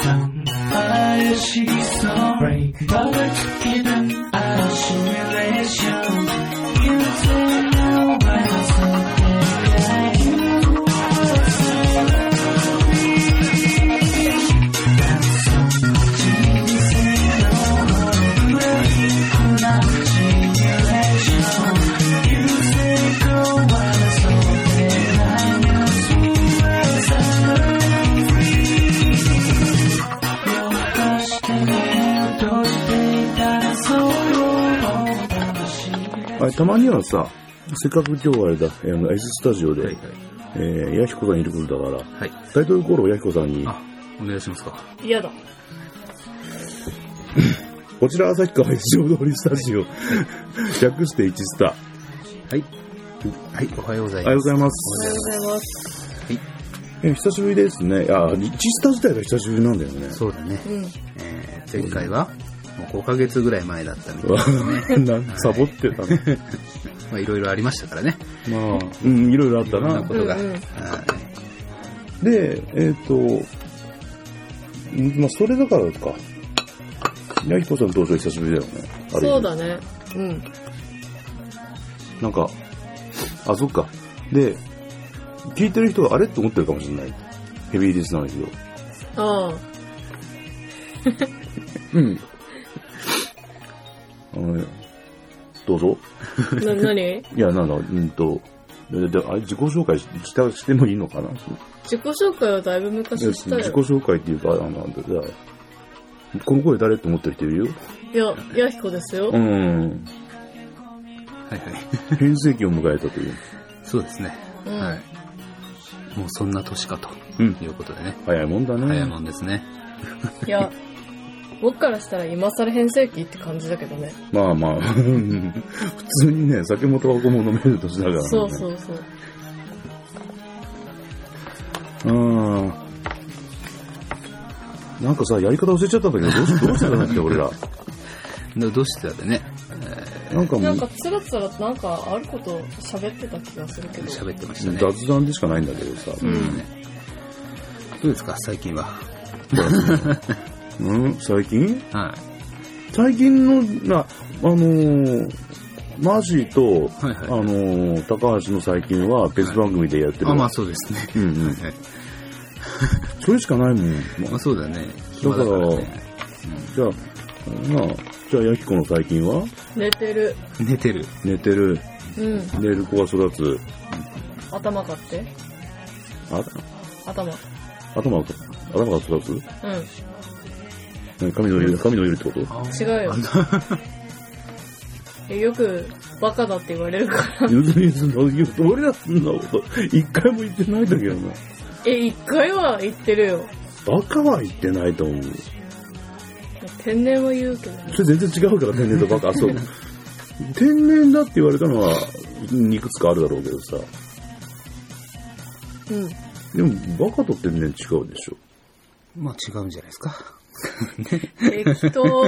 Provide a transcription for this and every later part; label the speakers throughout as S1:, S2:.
S1: Some eyes she's so brave, but in an assimilation, you don't know when I said that. どうしていたらそう楽しみ
S2: あれ、たまにはさ、せっかく今日あれだ、あの、S スタジオで、
S3: はいはい。
S2: えー、ヤヒコさんいることだから、
S3: はい。
S2: タイトルコールをヤヒコさんに、
S3: あ、お願いしますか。
S4: 嫌だ。
S2: こちら旭川一条通りスタジオ、 略して一スタ。
S3: はい。はい、おはようござい
S2: お
S3: ま
S2: はようご
S3: す。
S2: ざいま
S4: おは
S2: す。
S4: ようございます。
S2: えー久しぶりですね。あ、一スタ自体が久しぶりなんだよ ね。
S3: そうだね。
S4: うん。
S3: えー、前回は、もう5ヶ月ぐらい前だったみたいな。
S2: なんサボってたね。
S3: まあ、いろいろありましたからね。
S2: まあ、うん、いろいろあっ
S3: い
S2: た
S3: ろんな
S2: な
S3: こ。とが。
S4: うんうん
S3: はい
S2: で、えっ、と、んまあ、それだからか。ヤヒコさん登場久しぶりだよね。ある意味
S4: そうだね。うん。
S2: なんか、あ、そっか。で、聞いてる人があれって思ってるかもしれない。ヘビーリスナーの人。
S4: ああ。
S2: うん。あのね、どうぞ。
S4: な、なに
S2: いや、なんだ、うんと、でであれ自己紹介ししたしてもいいのかな
S4: 自己紹介はだいぶ
S2: 自
S4: 昔
S2: 己
S4: したよ。
S2: 紹介っていうか、あの、なんだじゃあこの声誰って思ってる人いるよ。
S4: いや、ヤヒコですよ
S2: う。ん。
S3: はいはい。
S2: 変成期を迎えたという。
S3: そうですね。
S4: うん
S3: はい。もうそんな年かと
S2: うん。
S3: いうことでね。
S2: 早いもんだね。
S3: 早いもんですね。
S4: いや、僕からしたら今更変成期って感じだけどね。
S2: まあまあ、 うん普通にね、酒もタバコも飲める年だから、ね。
S4: そうそうそう。
S2: うん。なんかさ、やり方忘れちゃったんだけど、どうしどうしてたんだっけ、俺ら。
S3: どどうしてだってね、
S2: なんかも
S4: な
S2: うん
S4: か、つらつらなんかあること喋ってた気がするけど。
S3: 喋ってましたね。
S2: 雑談でしかないんだけどさ。
S3: うんどうですか、最近は。
S2: うん、最近
S3: は
S2: 最近の、な、あのー、マーシーと、
S3: い。はい
S2: あ
S3: はい。
S2: のー、高橋の最近は別番組でやってる。
S3: あ、まあそうですね。
S2: うんうん。
S3: はい
S2: それしかないもん。ま
S3: まあそうだね。
S2: だ
S3: 暇
S2: から
S3: だからね。
S2: じゃあ、まあ、じゃあ、ヤキコの最近は
S4: 寝てる。
S3: 寝てる。
S2: 寝てる、
S4: うん。
S2: 寝る子が育つ。
S4: 頭買って。
S2: あ、
S4: 頭。うん。
S2: 頭が、頭が育つ何髪の色、髪の色ってこと
S4: 違うよ。えよく、バカだって言われるから。
S2: ゆずゆずの、ゆず俺らそんなこと、一回も言ってないんだけどな。
S4: え、一回は言ってるよ。
S2: バカは言ってないと思う。
S4: 天然は言うけどね。
S2: それ全然違うから、天然とバカ。そう。天然だって言われたのは、いくつかあるだろうけどさ。
S4: うん。
S2: でも、バカと天然違うでしょ。
S3: まあ違うんじゃないですか。
S4: 適当。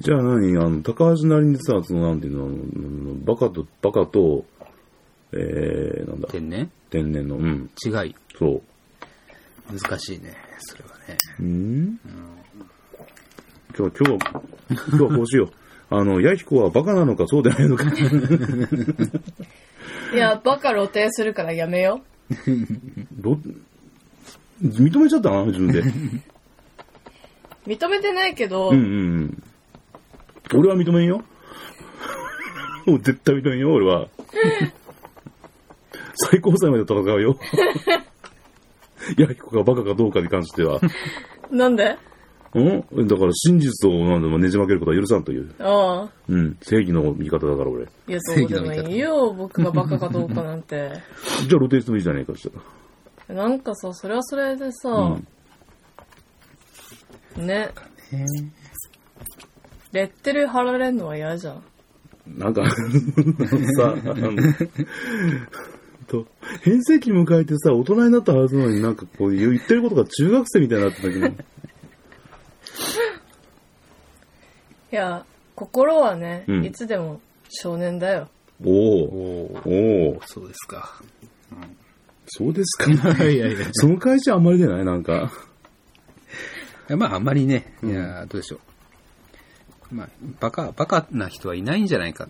S2: じゃあ何あの、高橋なりにさ、その、なんていうのあの、うんバカと、バカと、えー、なんだ、
S3: 天然
S2: 天然の、うん、
S3: 違い。
S2: そう。
S3: 難しいね。それはね。
S2: うん今日、今日、今日はこうしよう。あの、ヤヒコはバカなのかそうでないのか。
S4: いや、バカ露呈するからやめよ
S2: ど、認めちゃったな、自分で。
S4: う。認めてないけど、
S2: うんうんうん。俺は認めんよ。 もう絶対認めんよ、俺は。最高裁まで戦うよ。ヤヒコがバカかどうかに関しては。
S4: なんで
S2: うんだから真実をなんでもねじ曲げることは許さんという。
S4: ああ。
S2: うん。正義の味方だから俺。
S4: いや、そうでもいいよ。僕がバカかどうかなんて。
S2: じゃあ露呈してもいいじゃないか、したら。
S4: なんかさ、それはそれでさ、
S2: うん
S4: ね、レッテル貼られんのは嫌じゃん。
S2: なんか、さ、あの、と、変成期迎えてさ、大人になったはずなのになんかこういう言ってることが中学生みたいになってたけど、
S4: いや、心はね、
S2: うん
S4: いつでも少年だよ。
S2: お
S3: お
S2: お
S3: お。
S2: おお
S3: そうですか。
S2: そうですか。
S3: いやいやい
S2: その会社あんまり出ないなんか。
S3: や。 まあ、あんまりね、い
S2: ん
S3: や、どうでしょう。まあ、バカ、バカな人はいないんじゃないか。っ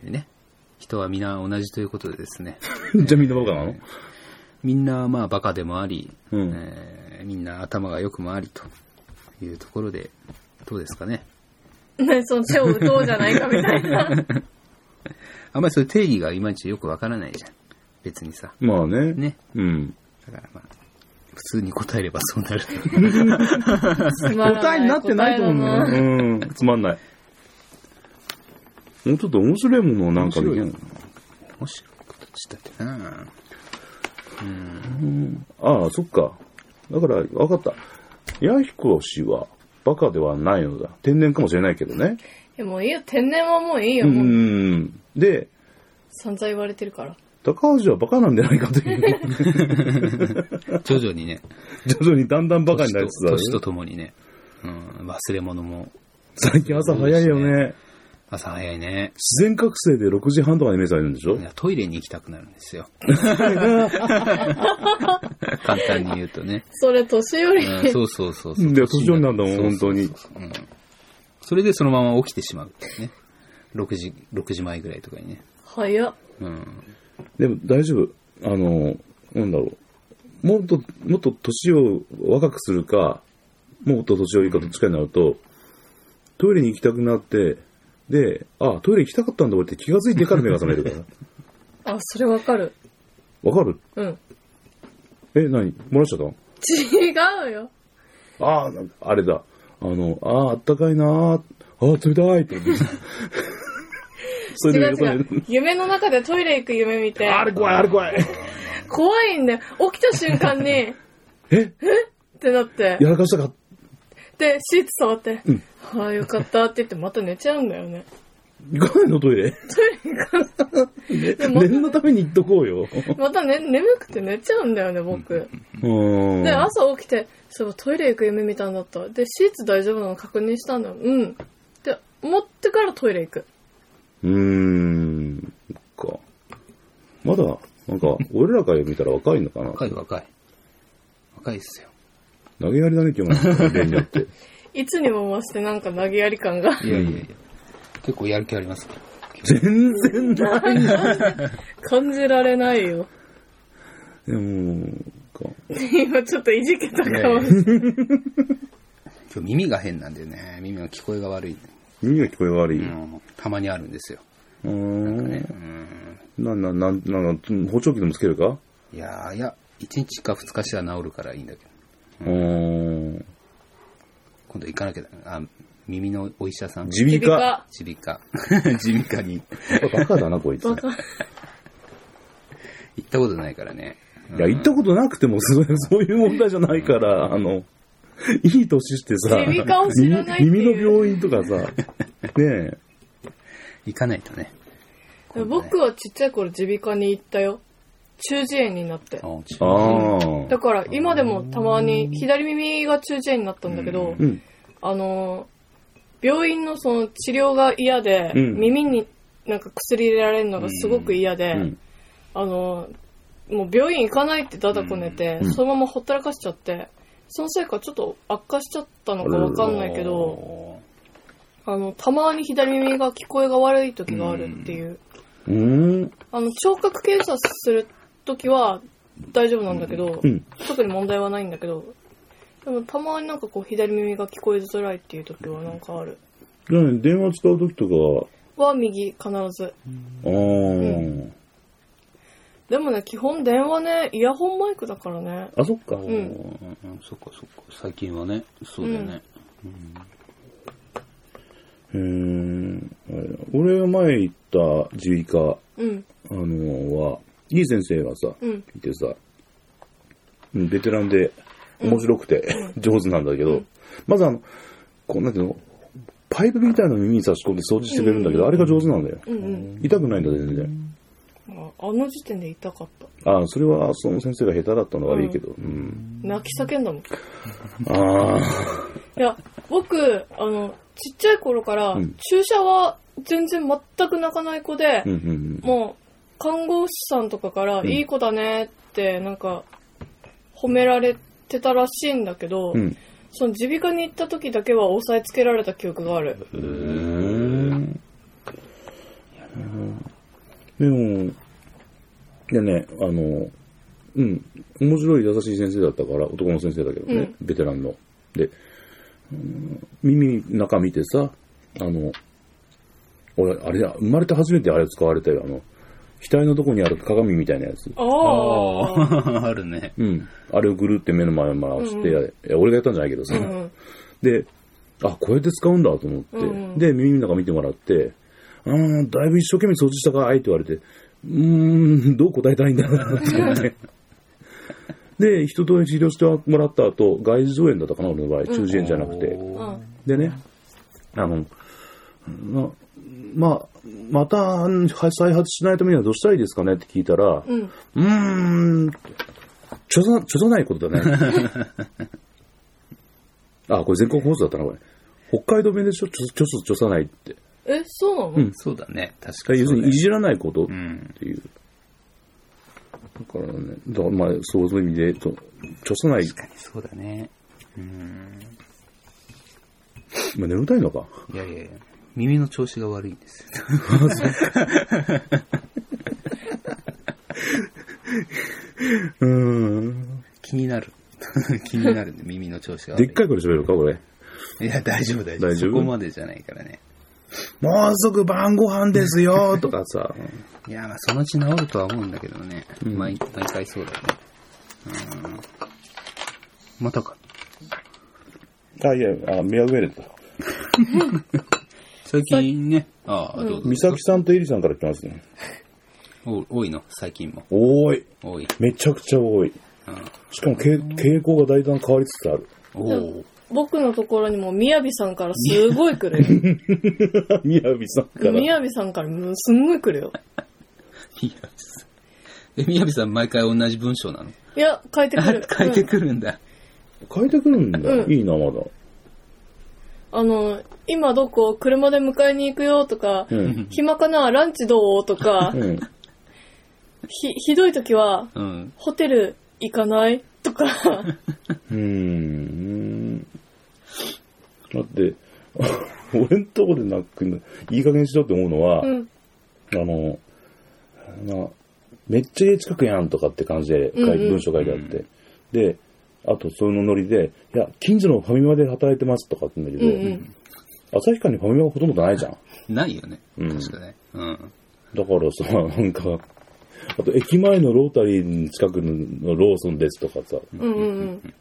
S3: ていうね。人は皆同じということでですね。
S2: じゃあみんなバカなの
S3: みんな、まあ、バカでもあり、
S2: うん
S3: えーみんな頭がよくもありというところで、どうですかね。
S4: 何その手を打とうじゃないかみたいな。
S3: あんまりそういう定義がいまいちよくわからないじゃん。別にさ。
S2: まあね。
S3: ね。
S2: うん。
S3: だからまあ、普通に答えればそうなる。
S4: つまら
S2: 答えになってないと思うんだよ
S4: 答えだな
S2: ね。うん。つまんない。もうちょっと面白いものをなんかできない
S3: 面面白いことしたってな
S2: ああ、そっか。だから、わかった。ヤヒコ氏はバカではないのだ。天然かもしれないけどね。
S4: いやもういいよ、天然はもういいよ、
S2: う。
S4: もうん
S2: で、
S4: 散々言われてるから。
S2: 高橋はバカなんじゃないかと いう。
S3: 徐々にね、
S2: 徐々にだんだ んバカになり
S3: 年
S2: つつあ
S3: と
S2: る。
S3: 年とともにね、うん、忘れ物も
S2: 最近朝早いよね。
S3: 朝早いね。
S2: 自然覚醒で6時半とかに目覚めるんでしょ
S3: いやトイレに行きたくなる んですよ。簡単に言うとね。
S4: それ、年寄 り。
S3: うんそうそうそうそう。
S2: いや年寄りなんだもん
S3: そうそうそう
S2: 本
S3: うんそれでそのまま起きてしまうっていうね。6時、6時前ぐらいとかにね。
S4: 早っ。
S3: うん。
S2: でも大丈夫。あの、なんだろう。もっと、もっと年を若くするか、もっと年寄りかどっちかになると、トイレに行きたくなって、で、あ、トイレ行きたかったんだ俺って気がついてから目が覚める から。
S4: あ、それわかる。
S2: わかる
S4: うん。
S2: え、何漏らしちゃっ
S4: 違うよ。
S2: たのあーなんかあれだ。あの、あーあったかいなーあー冷たい って思って。そ
S4: 違う
S2: れで
S4: 違う。夢の中でトイレ行く夢見て、
S2: あれ怖い、あれ 怖い。
S4: 怖いんだよ。起きた瞬間に、え
S2: え
S4: ってなって。
S2: やらかしたか
S4: で、シーツ触って、ああ、よかったって言って、また寝ちゃうんだよね。
S2: 行かないのトイレ。
S4: でも
S2: 念のために行っとこうよ。
S4: また、ね、眠くて寝ちゃうんだよね、僕。
S2: うーん。
S4: で、朝起きて、そう、トイレ行く夢見たんだった。で、シーツ大丈夫なの確認したんだよ。うん。で、持ってからトイレ行く。
S2: うーん。そっか。まだ、なんか、俺らから見たら若いのかな。
S3: 若い若い。若いっすよ。
S2: 投げやりだね、今日の例によって。
S4: いつにも増してなんか投げやり感が
S3: いやいやいや。結構やる気ありますね
S2: 全然ない。
S4: 感じられないよ。
S2: でも、か。
S4: 今ちょっといじけた
S3: いや
S4: 顔
S3: いや今日耳が変なんだよね。耳の聞こえが悪い。
S2: 耳が聞こえ悪い。
S3: う、
S2: うん
S3: たまにあるんですよ。
S2: ーん。
S3: うん、
S2: な、な、な、な、な、包丁器でもつけるか
S3: いやーいや、1日か2日しは治るからいいんだけど、
S2: うーん。
S3: 今度行かなきゃだあ、耳のお医者さん。
S2: 耳鼻科。
S4: か
S3: 耳鼻科。 耳鼻科に
S2: バカだな、こいつ。い
S4: バカ。
S3: 行ったことないからね。
S2: や、行ったことなくても、それそういう問題じゃないから、あの、いい年してさ、
S4: 耳鼻科を知らないっていう
S2: 耳耳の病院とかさ、ねえ、
S3: 行かないとね。
S4: 僕はちっちゃい頃耳鼻科に行ったよ。中耳炎になって
S3: あ。
S2: ああ。
S4: だから今でもたまに左耳が中耳炎になったんだけど、
S3: うん
S2: うん。
S4: あのー病院のその治療が嫌で、
S2: うん
S4: 耳になんか薬入れられるのがすごく嫌で、
S2: うん。
S4: あのーもう病院行かないってダダこねて、
S2: うん
S4: そのままほったらかしちゃって、そのせいかちょっと悪化しちゃったのかわかんないけど、あの、たまに左耳が聞こえが悪い時があるっていう。
S2: うん。
S4: あの、聴覚検査する時は大丈夫なんだけど、
S2: うん。
S4: 特に問題はないんだけど、でもたまになんかこう左耳が聞こえづらいっていう時はなんかある。
S2: うん電話使うときとかは、
S4: は右必ず。
S2: あー
S4: でもね、基本電話ね、イヤホンマイクだからね。
S2: あ、そっか。
S3: おー
S4: ん
S3: うんそっかそっか。最近はね、そうだよね。
S2: へー俺が前行った耳鼻科、
S4: うん、
S2: あのーは、いい先生がさ、
S4: うん、
S2: いてさ、うんベテランで面白くて、上手なんだけど、まずあの、こうなんていうの、パイプみたいなの耳に差し込んで掃除してくれるんだけど、あれが上手なんだよ。
S4: うん、うん。
S2: 痛くないんだ、全然。
S4: ああの時点で痛かった。
S2: ああ、それはその先生が下手だったのが悪いけど。うん。
S4: 泣き叫んだもん。い
S2: ああ。
S4: や、僕、あの、ちっちゃい頃から、
S2: うん
S4: 注射は全然全く泣かない子で、
S2: うんうんうん。
S4: もう、看護師さんとかから、
S2: ん
S4: いい子だねって、なんか、褒められてたらしいんだけど、
S2: うん。
S4: その耳鼻科に行った時だけは押さえつけられた記憶がある。
S2: うーん。でも、でね、あの、うん、面白い優しい先生だったから、男の先生だけどね、ベテランの。で、うん耳の中見てさ、あの、俺、あれだ、生まれて初めてあれ使われたよ、あの、額のとこにある鏡みたいなやつ。
S4: あ
S3: あ
S4: あ。
S3: あ、あるね。
S2: うん。あれをぐるって目の前を回して、
S4: うん
S2: いや俺がやったんじゃないけど
S4: う
S2: さ、
S4: ん
S2: で、あ、こうやって使うんだと思って、
S4: うんうん
S2: で、耳の中見てもらって、あーだいぶ一生懸命掃除したかいって言われて、うーん、どう答えたらいいんだろうなって思って。で、一通り治療してもらった後、外耳上炎だったかな、俺の場合。中耳炎じゃなくて。
S4: う
S3: おー
S4: ん。
S2: でね、あの、ま、まあ、また再発しないためにはどうしたらいいですかねって聞いたら、
S4: うん。
S2: うーん、ちょさ、ちょさないこと だね。あ、これ全国放送だったな、これ。北海道弁でしょ、ちょ、ちょす、ちょさないって。
S4: え、そうなの、
S2: うん
S3: そうだね。確か
S2: 要す
S3: にそう
S2: る
S3: だね。
S2: に、いじらないことっ
S3: うん。
S2: ていう。だからね、だからまあ、そういう意味で、とちょさない、
S3: 確かにそうだね。うん。
S2: まあ、眠たいのか。
S3: いやいやいや、耳の調子が悪いんですよ。
S2: うーん。
S3: 気になる。 気になるね、耳の調子が悪
S2: で
S3: い。
S2: っかい声で喋るか、これ。
S3: いや、大丈夫、大丈夫。
S2: 大丈夫
S3: そこまでじゃないからね。
S2: もうすぐ晩ご飯ですよ、 とかさ。
S3: いや、まあ、そのうち治るとは思うんだけどね。
S2: うん
S3: 毎毎回そうだね。うん。またか。
S2: あ、いや、あ、メアウェレだ。
S3: 最近ね、ああ、どうぞ。
S2: 美咲さんとエリさんから来てますね。
S3: お多いの、最近も。
S2: 多い。
S3: 多い。
S2: めちゃくちゃ多い。
S3: うん。
S2: しかもけ傾向がだんだん変わりつつあ る。
S3: お
S4: で
S3: お
S4: も。僕のところにも、みやびさんからすごい来るよ。
S2: みやびさんから。
S4: みやびさんからもうすんごい来るよ。
S3: 宮部さん。え、宮部さん毎回同じ文章なの。
S4: いや、変えてくる
S3: 変えてくるんだ。
S2: 変えてくるんだ。
S4: うん
S2: いいな、まだ。
S4: うんあの、今どこ車で迎えに行くよとか、
S2: うん。
S4: 暇かなランチどうとか
S2: う、ん。
S4: ひ、ひどい時は、
S3: うん。
S4: ホテル行かないとか、
S2: うーん。だって、 俺んとこでなくいい加減しろって思うのは、
S4: うん、
S2: あの、なめっちゃ家近くやんとかって感じで書い
S4: うんうん
S2: 文章書いてあって。で、あとそのノリで、いや、近所のファミマで働いてますとかって言うんだ
S4: うん、う
S2: けど、
S4: ん。
S2: 旭川にファミマはほとんどないじゃん。
S3: ないよね。
S2: うん
S3: 確かね。うん。
S2: だからさ、 なんか、あと駅前のロータリーの近くのローソンですとかさ、
S4: うんうんうん。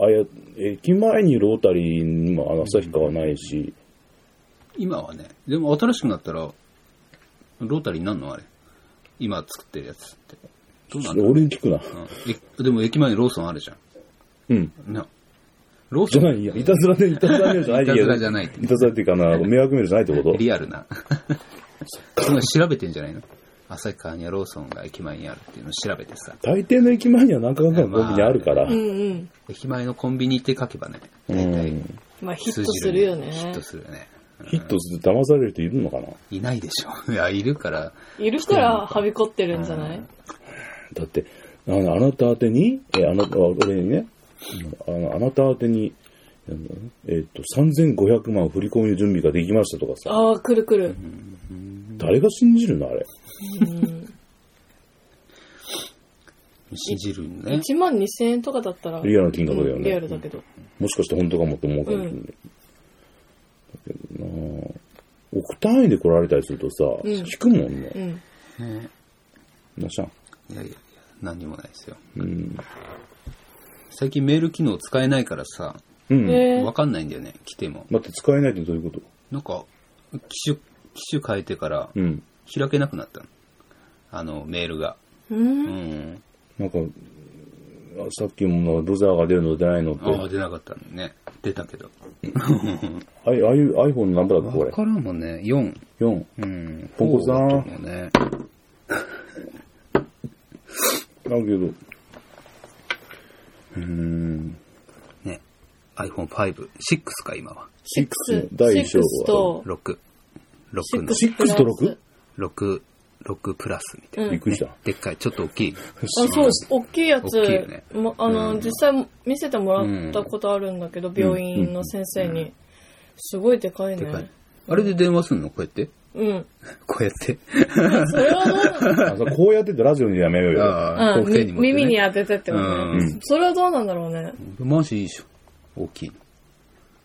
S2: あや、駅前にロータリーにもあの旭川はないし、
S3: 今はね、でも新しくなったら、ロータリーになんのあれ。今作ってるやつって。どうなんだろう
S2: 俺に聞くな。
S3: うんえでも駅前にローソンあるじゃ
S2: うん。
S3: ん。な。ロー
S2: じ
S3: ソ
S2: ゃ
S3: ン
S2: ない、いやいたずらで、いたずらでじゃない
S3: いたずらじゃない
S2: いたずらっていうかな、迷惑メールじゃないってこと
S3: リアルな。 その調べてんじゃないの旭川にはローソンが駅前にあるっていうのを調べてさ。
S2: 大抵の駅前には何かがコンビニあるから。
S4: うんうん。
S3: 駅前のコンビニって書けばね、
S2: う
S3: 大体
S2: ん。
S4: まあ、ヒ
S3: 通
S4: ット
S3: じ
S4: す
S3: る
S4: るよね。
S3: ヒットするよね。
S2: ヒットする騙される人いるのかな
S3: うんいないでしょ。いや、いるから、
S4: いるから、はびこってるんじゃない
S2: だって、あのあなた宛てに、えあなあ俺にね、あのあなた宛てに、なんだろうねえっ、と、3500万振り込みの準備ができましたとかさ、
S4: ああ、来る来る。
S2: 誰が信じるのあれ。
S4: うん。
S3: 信じるんね。
S4: 1万2000円とかだったら、
S2: リアルな金額だよ
S4: うん
S2: ね。
S4: リアルだけど。
S2: もしかして本当かもって思うかもしれない。
S4: うん
S2: だけどなぁ億単位で来られたりするとさ、
S4: うん
S2: 引くもん
S4: う
S2: ね。
S4: ん。
S3: ね
S2: なしゃん。
S3: いやいやいや、何にもないですよ。
S2: うん。
S3: 最近メール機能使えないからさ、
S2: うん。
S4: え
S3: わ
S4: ー、
S3: かんないんだよね、来ても。
S2: 待って、使えないってどういうこと
S3: なんか、機種、機種変えてから
S2: うん。
S3: 開けなくなったの。あの、メールが。
S4: う。
S3: うんん。
S2: なんか、あさっきもなブザーが出るの出ないのって、
S3: ああ、出なかったのね。出たけど。
S2: あいああいう iPhone のナンバーだっけこ
S3: わ
S2: れ。
S3: からんもんね。4。
S2: 4。
S3: うん。
S2: ポンコツだな
S3: そうだと思うね。
S2: だけど、うーん。
S3: ね。iPhone5。6か、今は。
S2: 6
S4: 6
S2: 第一章は
S4: と、
S3: 6。6の。
S2: 6と 6?
S3: 6、 6プラスみたいな。
S4: うん
S2: びっくりした。
S3: でっかい、ちょっと大きい。
S4: あそう、大きいやつ、
S3: 大きいよね
S4: もあの、
S3: うん
S4: 実際見せてもらったことあるんだけど、病院の先生に。すごいでかい
S3: でかい
S4: ね。。
S3: あれで電話すんのこうやって
S4: うん。
S3: こうやって。
S4: それはどうなの
S2: あそうこうやっててラジオにやめようよ。
S3: ああ、
S4: うん
S3: こう手に
S4: み
S3: 持ってね
S4: 耳に当ててってこと
S3: う
S4: ね
S3: ん。
S4: それはどうなんだろうね。
S3: マジいいじゃん。大きいの。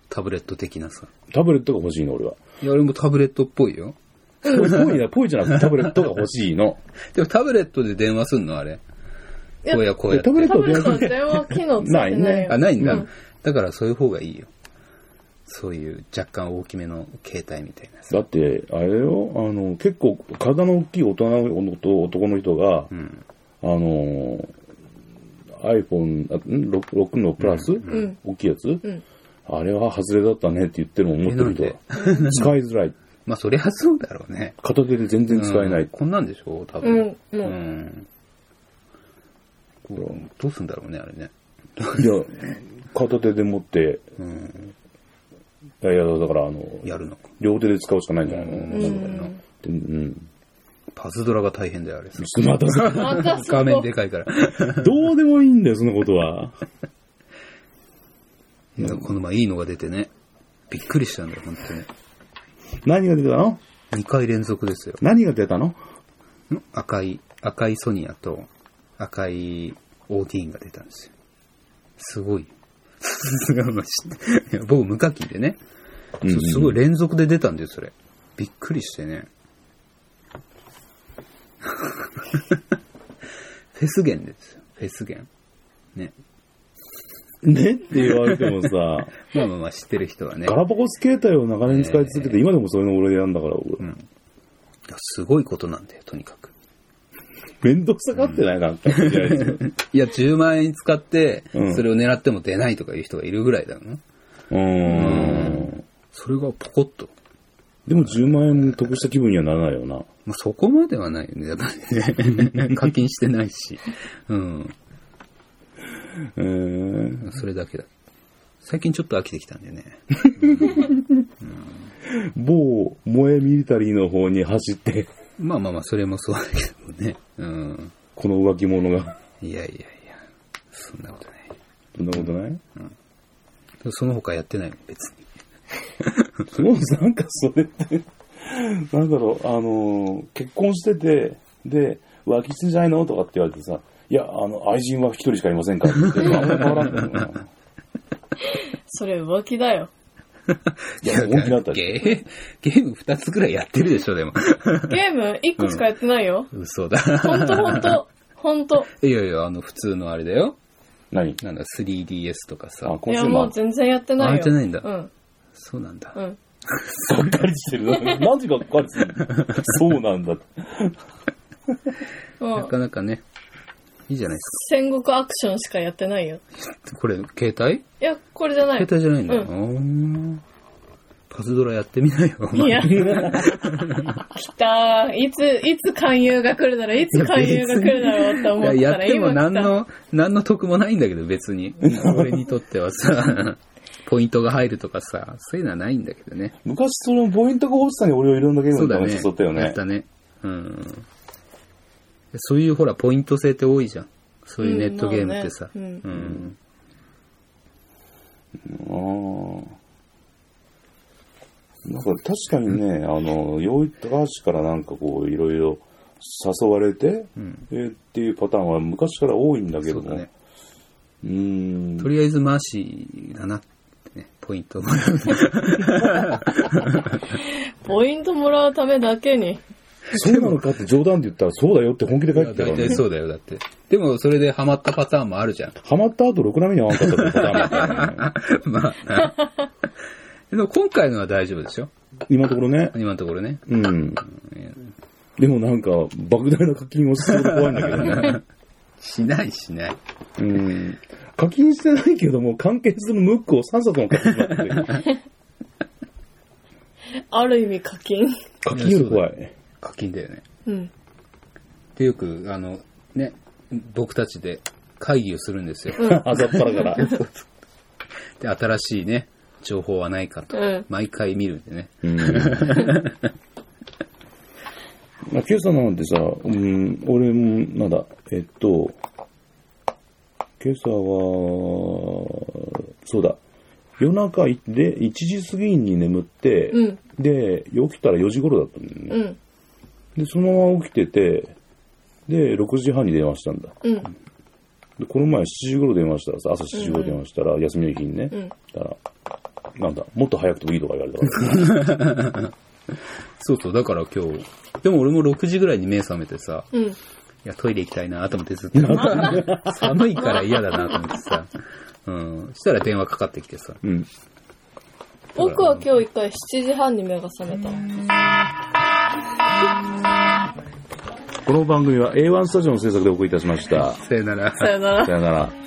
S3: タブレット的なさ。
S2: タブレットが欲しいの、俺は。
S3: いや、あれもタブレットっぽいよ。
S2: ぽいぽいな、ぽいじゃなくてタブレットが欲しいの。
S3: でもタブレットで電話すんのあれ。
S4: いや
S3: こうやこうやって
S2: タブレッ
S4: 多
S2: トで
S4: 分の電話機能ついて
S2: な
S4: ないい
S2: ね
S4: よ。
S3: あ、ないんだ。
S4: うん
S3: だからそういう方がいいよ。そういう若干大きめの携帯みたいなやつ。
S2: だって、あれよ、あの、結構、体の大きい大人の男男の人が、
S3: うん。
S2: あの、iPhone、あん 6, 6のプラス、
S4: ん
S2: 大きいやつ、
S4: ん
S2: あれは外れだったねって言ってるのを思ってる人は。使いづらい。
S3: まあそりゃそうだろうね。
S2: 片手で全然使えない。
S3: うんこんなんでしょ多
S4: う
S3: 分
S4: ん。、う。
S3: うんん。こうどうすんだろうね、あれね。
S2: いや、片手で持って、
S3: うん。
S2: いやいや、だから、あの、
S3: やるのか。
S2: 両手で使うしかないんじゃないの、
S4: う
S2: なんか
S4: ん
S2: でうん。
S3: パズドラが大変だよ、あれ。
S2: またさ、
S4: またそ
S3: 画面
S4: こ
S3: でかいから。
S2: どうでもいいんだよ、そんなことは。
S3: いやこの前いいのが出てね。びっくりしたんだよ、本当に。
S2: 何が出たの
S3: 2回連続ですよ。
S2: 何が出たの
S3: ん赤い、赤いソニアと赤いオーディーンが出たんですよ。すごい。 すごいまあいや僕無課金でね。
S2: うんうんうん
S3: すごい連続で出たんだよ、それ。びっくりしてね。 フェスゲンですよ。フェスゲン。ね。
S2: ね って言われてもさ、
S3: まあまあまあ知ってる人はね
S2: ガ。ラパゴス携帯を長年使い続けて、今でもそれの俺なんだから、俺
S3: うん。いやすごいことなんだよ、とにかく。
S2: 面倒くさがってないなんか。う
S3: いや、10万円使って
S2: うん、
S3: それを狙っても出ないとかいう人がいるぐらいだよね。
S2: ーん。
S3: それがポコッと。
S2: でも10万円も得した気分にはならないよな。
S3: まあ、そこまではないよね。やっぱり ね課金してないし。うん。
S2: えー、
S3: それだけだ。最近ちょっと飽きてきたんだよね。
S2: 某萌えミリタリーの方に走って、
S3: まあまあまあ、それもそうだけどもね。うん。
S2: この浮気者が。
S3: いやいやいや。そんなことない。
S2: そんなことない
S3: その他やってないよ、別に。
S2: もうなんかそれって、なんだろう、あの、結婚してて、で、浮気してんじゃないのとかって言われてさ、いや、あの、愛人は一人しかいませんからって言って、あんま変わらんけどな。
S4: それ浮気だよ。
S2: いや、本気だったでし
S3: ゲーゲーム2つぐらいやってるでしょ、でも。
S4: ゲーム1個しかやってないよ。
S3: 嘘だ。
S4: ほんとほんと。ほんと。
S3: いやいや、あの、普通のあれだよ。
S2: 何
S3: なんだ、3DS とかさ
S2: あ、。
S4: い
S2: 今
S4: や、
S2: 週
S4: もう
S2: も
S4: 全然やってないよ。
S3: あやってないんだ
S4: うん。
S3: そうなんだ。
S4: うん。
S2: がっかりしてる。 何時がっかりしてる。そうなんだ。
S4: も
S3: な
S4: う
S3: かなかね、いいじゃないです
S4: 戦国アクションしかやってないよ。
S3: か。これ、携帯
S4: いや、これじゃない。
S3: 携帯じゃないんだよ。
S4: う
S3: うんパズドラやってみなよ。お前
S4: いや、来たー。いつ、いつ勧誘が来るだろう、いつ勧誘が来るだろうって思っ
S3: いや
S4: た
S3: やっ
S4: ら、
S3: ても
S4: 今
S3: 何
S4: 来た。
S3: の、何の得もないんだけど、別に。俺にとっては さ、ポイントが入るとかさ、そういうのはないんだけどね。
S2: 昔そのポイントが欲しさに俺をいろんなゲー
S3: そ
S2: ム
S3: うだ
S2: に
S3: ね。
S2: 誘ったよ
S3: や
S2: ね
S3: っ。たね。うん。そういうほら、ポイント制って多いじゃん。そういうネットゲームってさ。
S4: うんまあね
S3: うん
S2: うんなんか確かにね、あの、よい高橋からなんかこう、いろいろ誘われて、
S3: うん
S2: えーっていうパターンは昔から多いんだけ
S3: そ
S2: ど
S3: う
S2: も、
S3: だね。
S2: うーん
S3: とりあえずマーシーだなってね、ポイントをもらう。
S4: ポイントもらうためだけに。
S2: そうなのかって冗談で言ったらそうだよって本気で書いてたか
S3: 大
S2: らね
S3: 体。そうだよ、だって。でも、それでハマったパターンもあるじゃん。
S2: ハマった後、ろくな目に遭わなかったってパターンだったからね。
S3: まあ。でも今回のは大丈夫でしょ
S2: 今のところね。
S3: 今のところね。
S2: うん。でもなんか、莫大な課金をすると怖いんだけどね。
S3: しないしない。
S2: うん。課金してないけども、関係するムックを3冊も買ってしまって、
S4: ある意味課金。
S2: 課金より怖い。
S3: 課金だよね。
S4: うん。
S3: で、よく、あの、ね、僕たちで会議をするんですよ。
S2: 朝っぱらから。
S3: で、新しいね、情報はないかと。
S4: うん
S3: 毎回見るんでね。
S2: うん。まあ、Q さんなんてさ、うん、俺も、なんだ、えっと、今朝は、そうだ、夜中いで1時過ぎに眠って、
S4: うん、
S2: で、起きたら4時頃だったんだよね。
S4: うん、
S2: で、そのまま起きてて、で、6時半に電話したんだ。
S4: うん、
S2: で、この前7時頃電話したらさ、朝7時頃電話したら、休みの日にね、
S4: うん。
S2: だから、なんだ、もっと早くてもいいとか言われたから、
S3: そうそう、だから今日、でも俺も6時ぐらいに目覚めてさ、
S4: うん。
S3: いや、トイレ行きたいなと思ってずっと、寒いから嫌だなと思ってさ、うん、そしたら電話かかってきてさ、
S2: うん。
S4: 僕は今日一回7時半に目が覚めた。
S2: この番組は A1 スタジオの制作でお送りいたしました。
S3: さよなら。
S4: さよなら
S2: さ。よなら。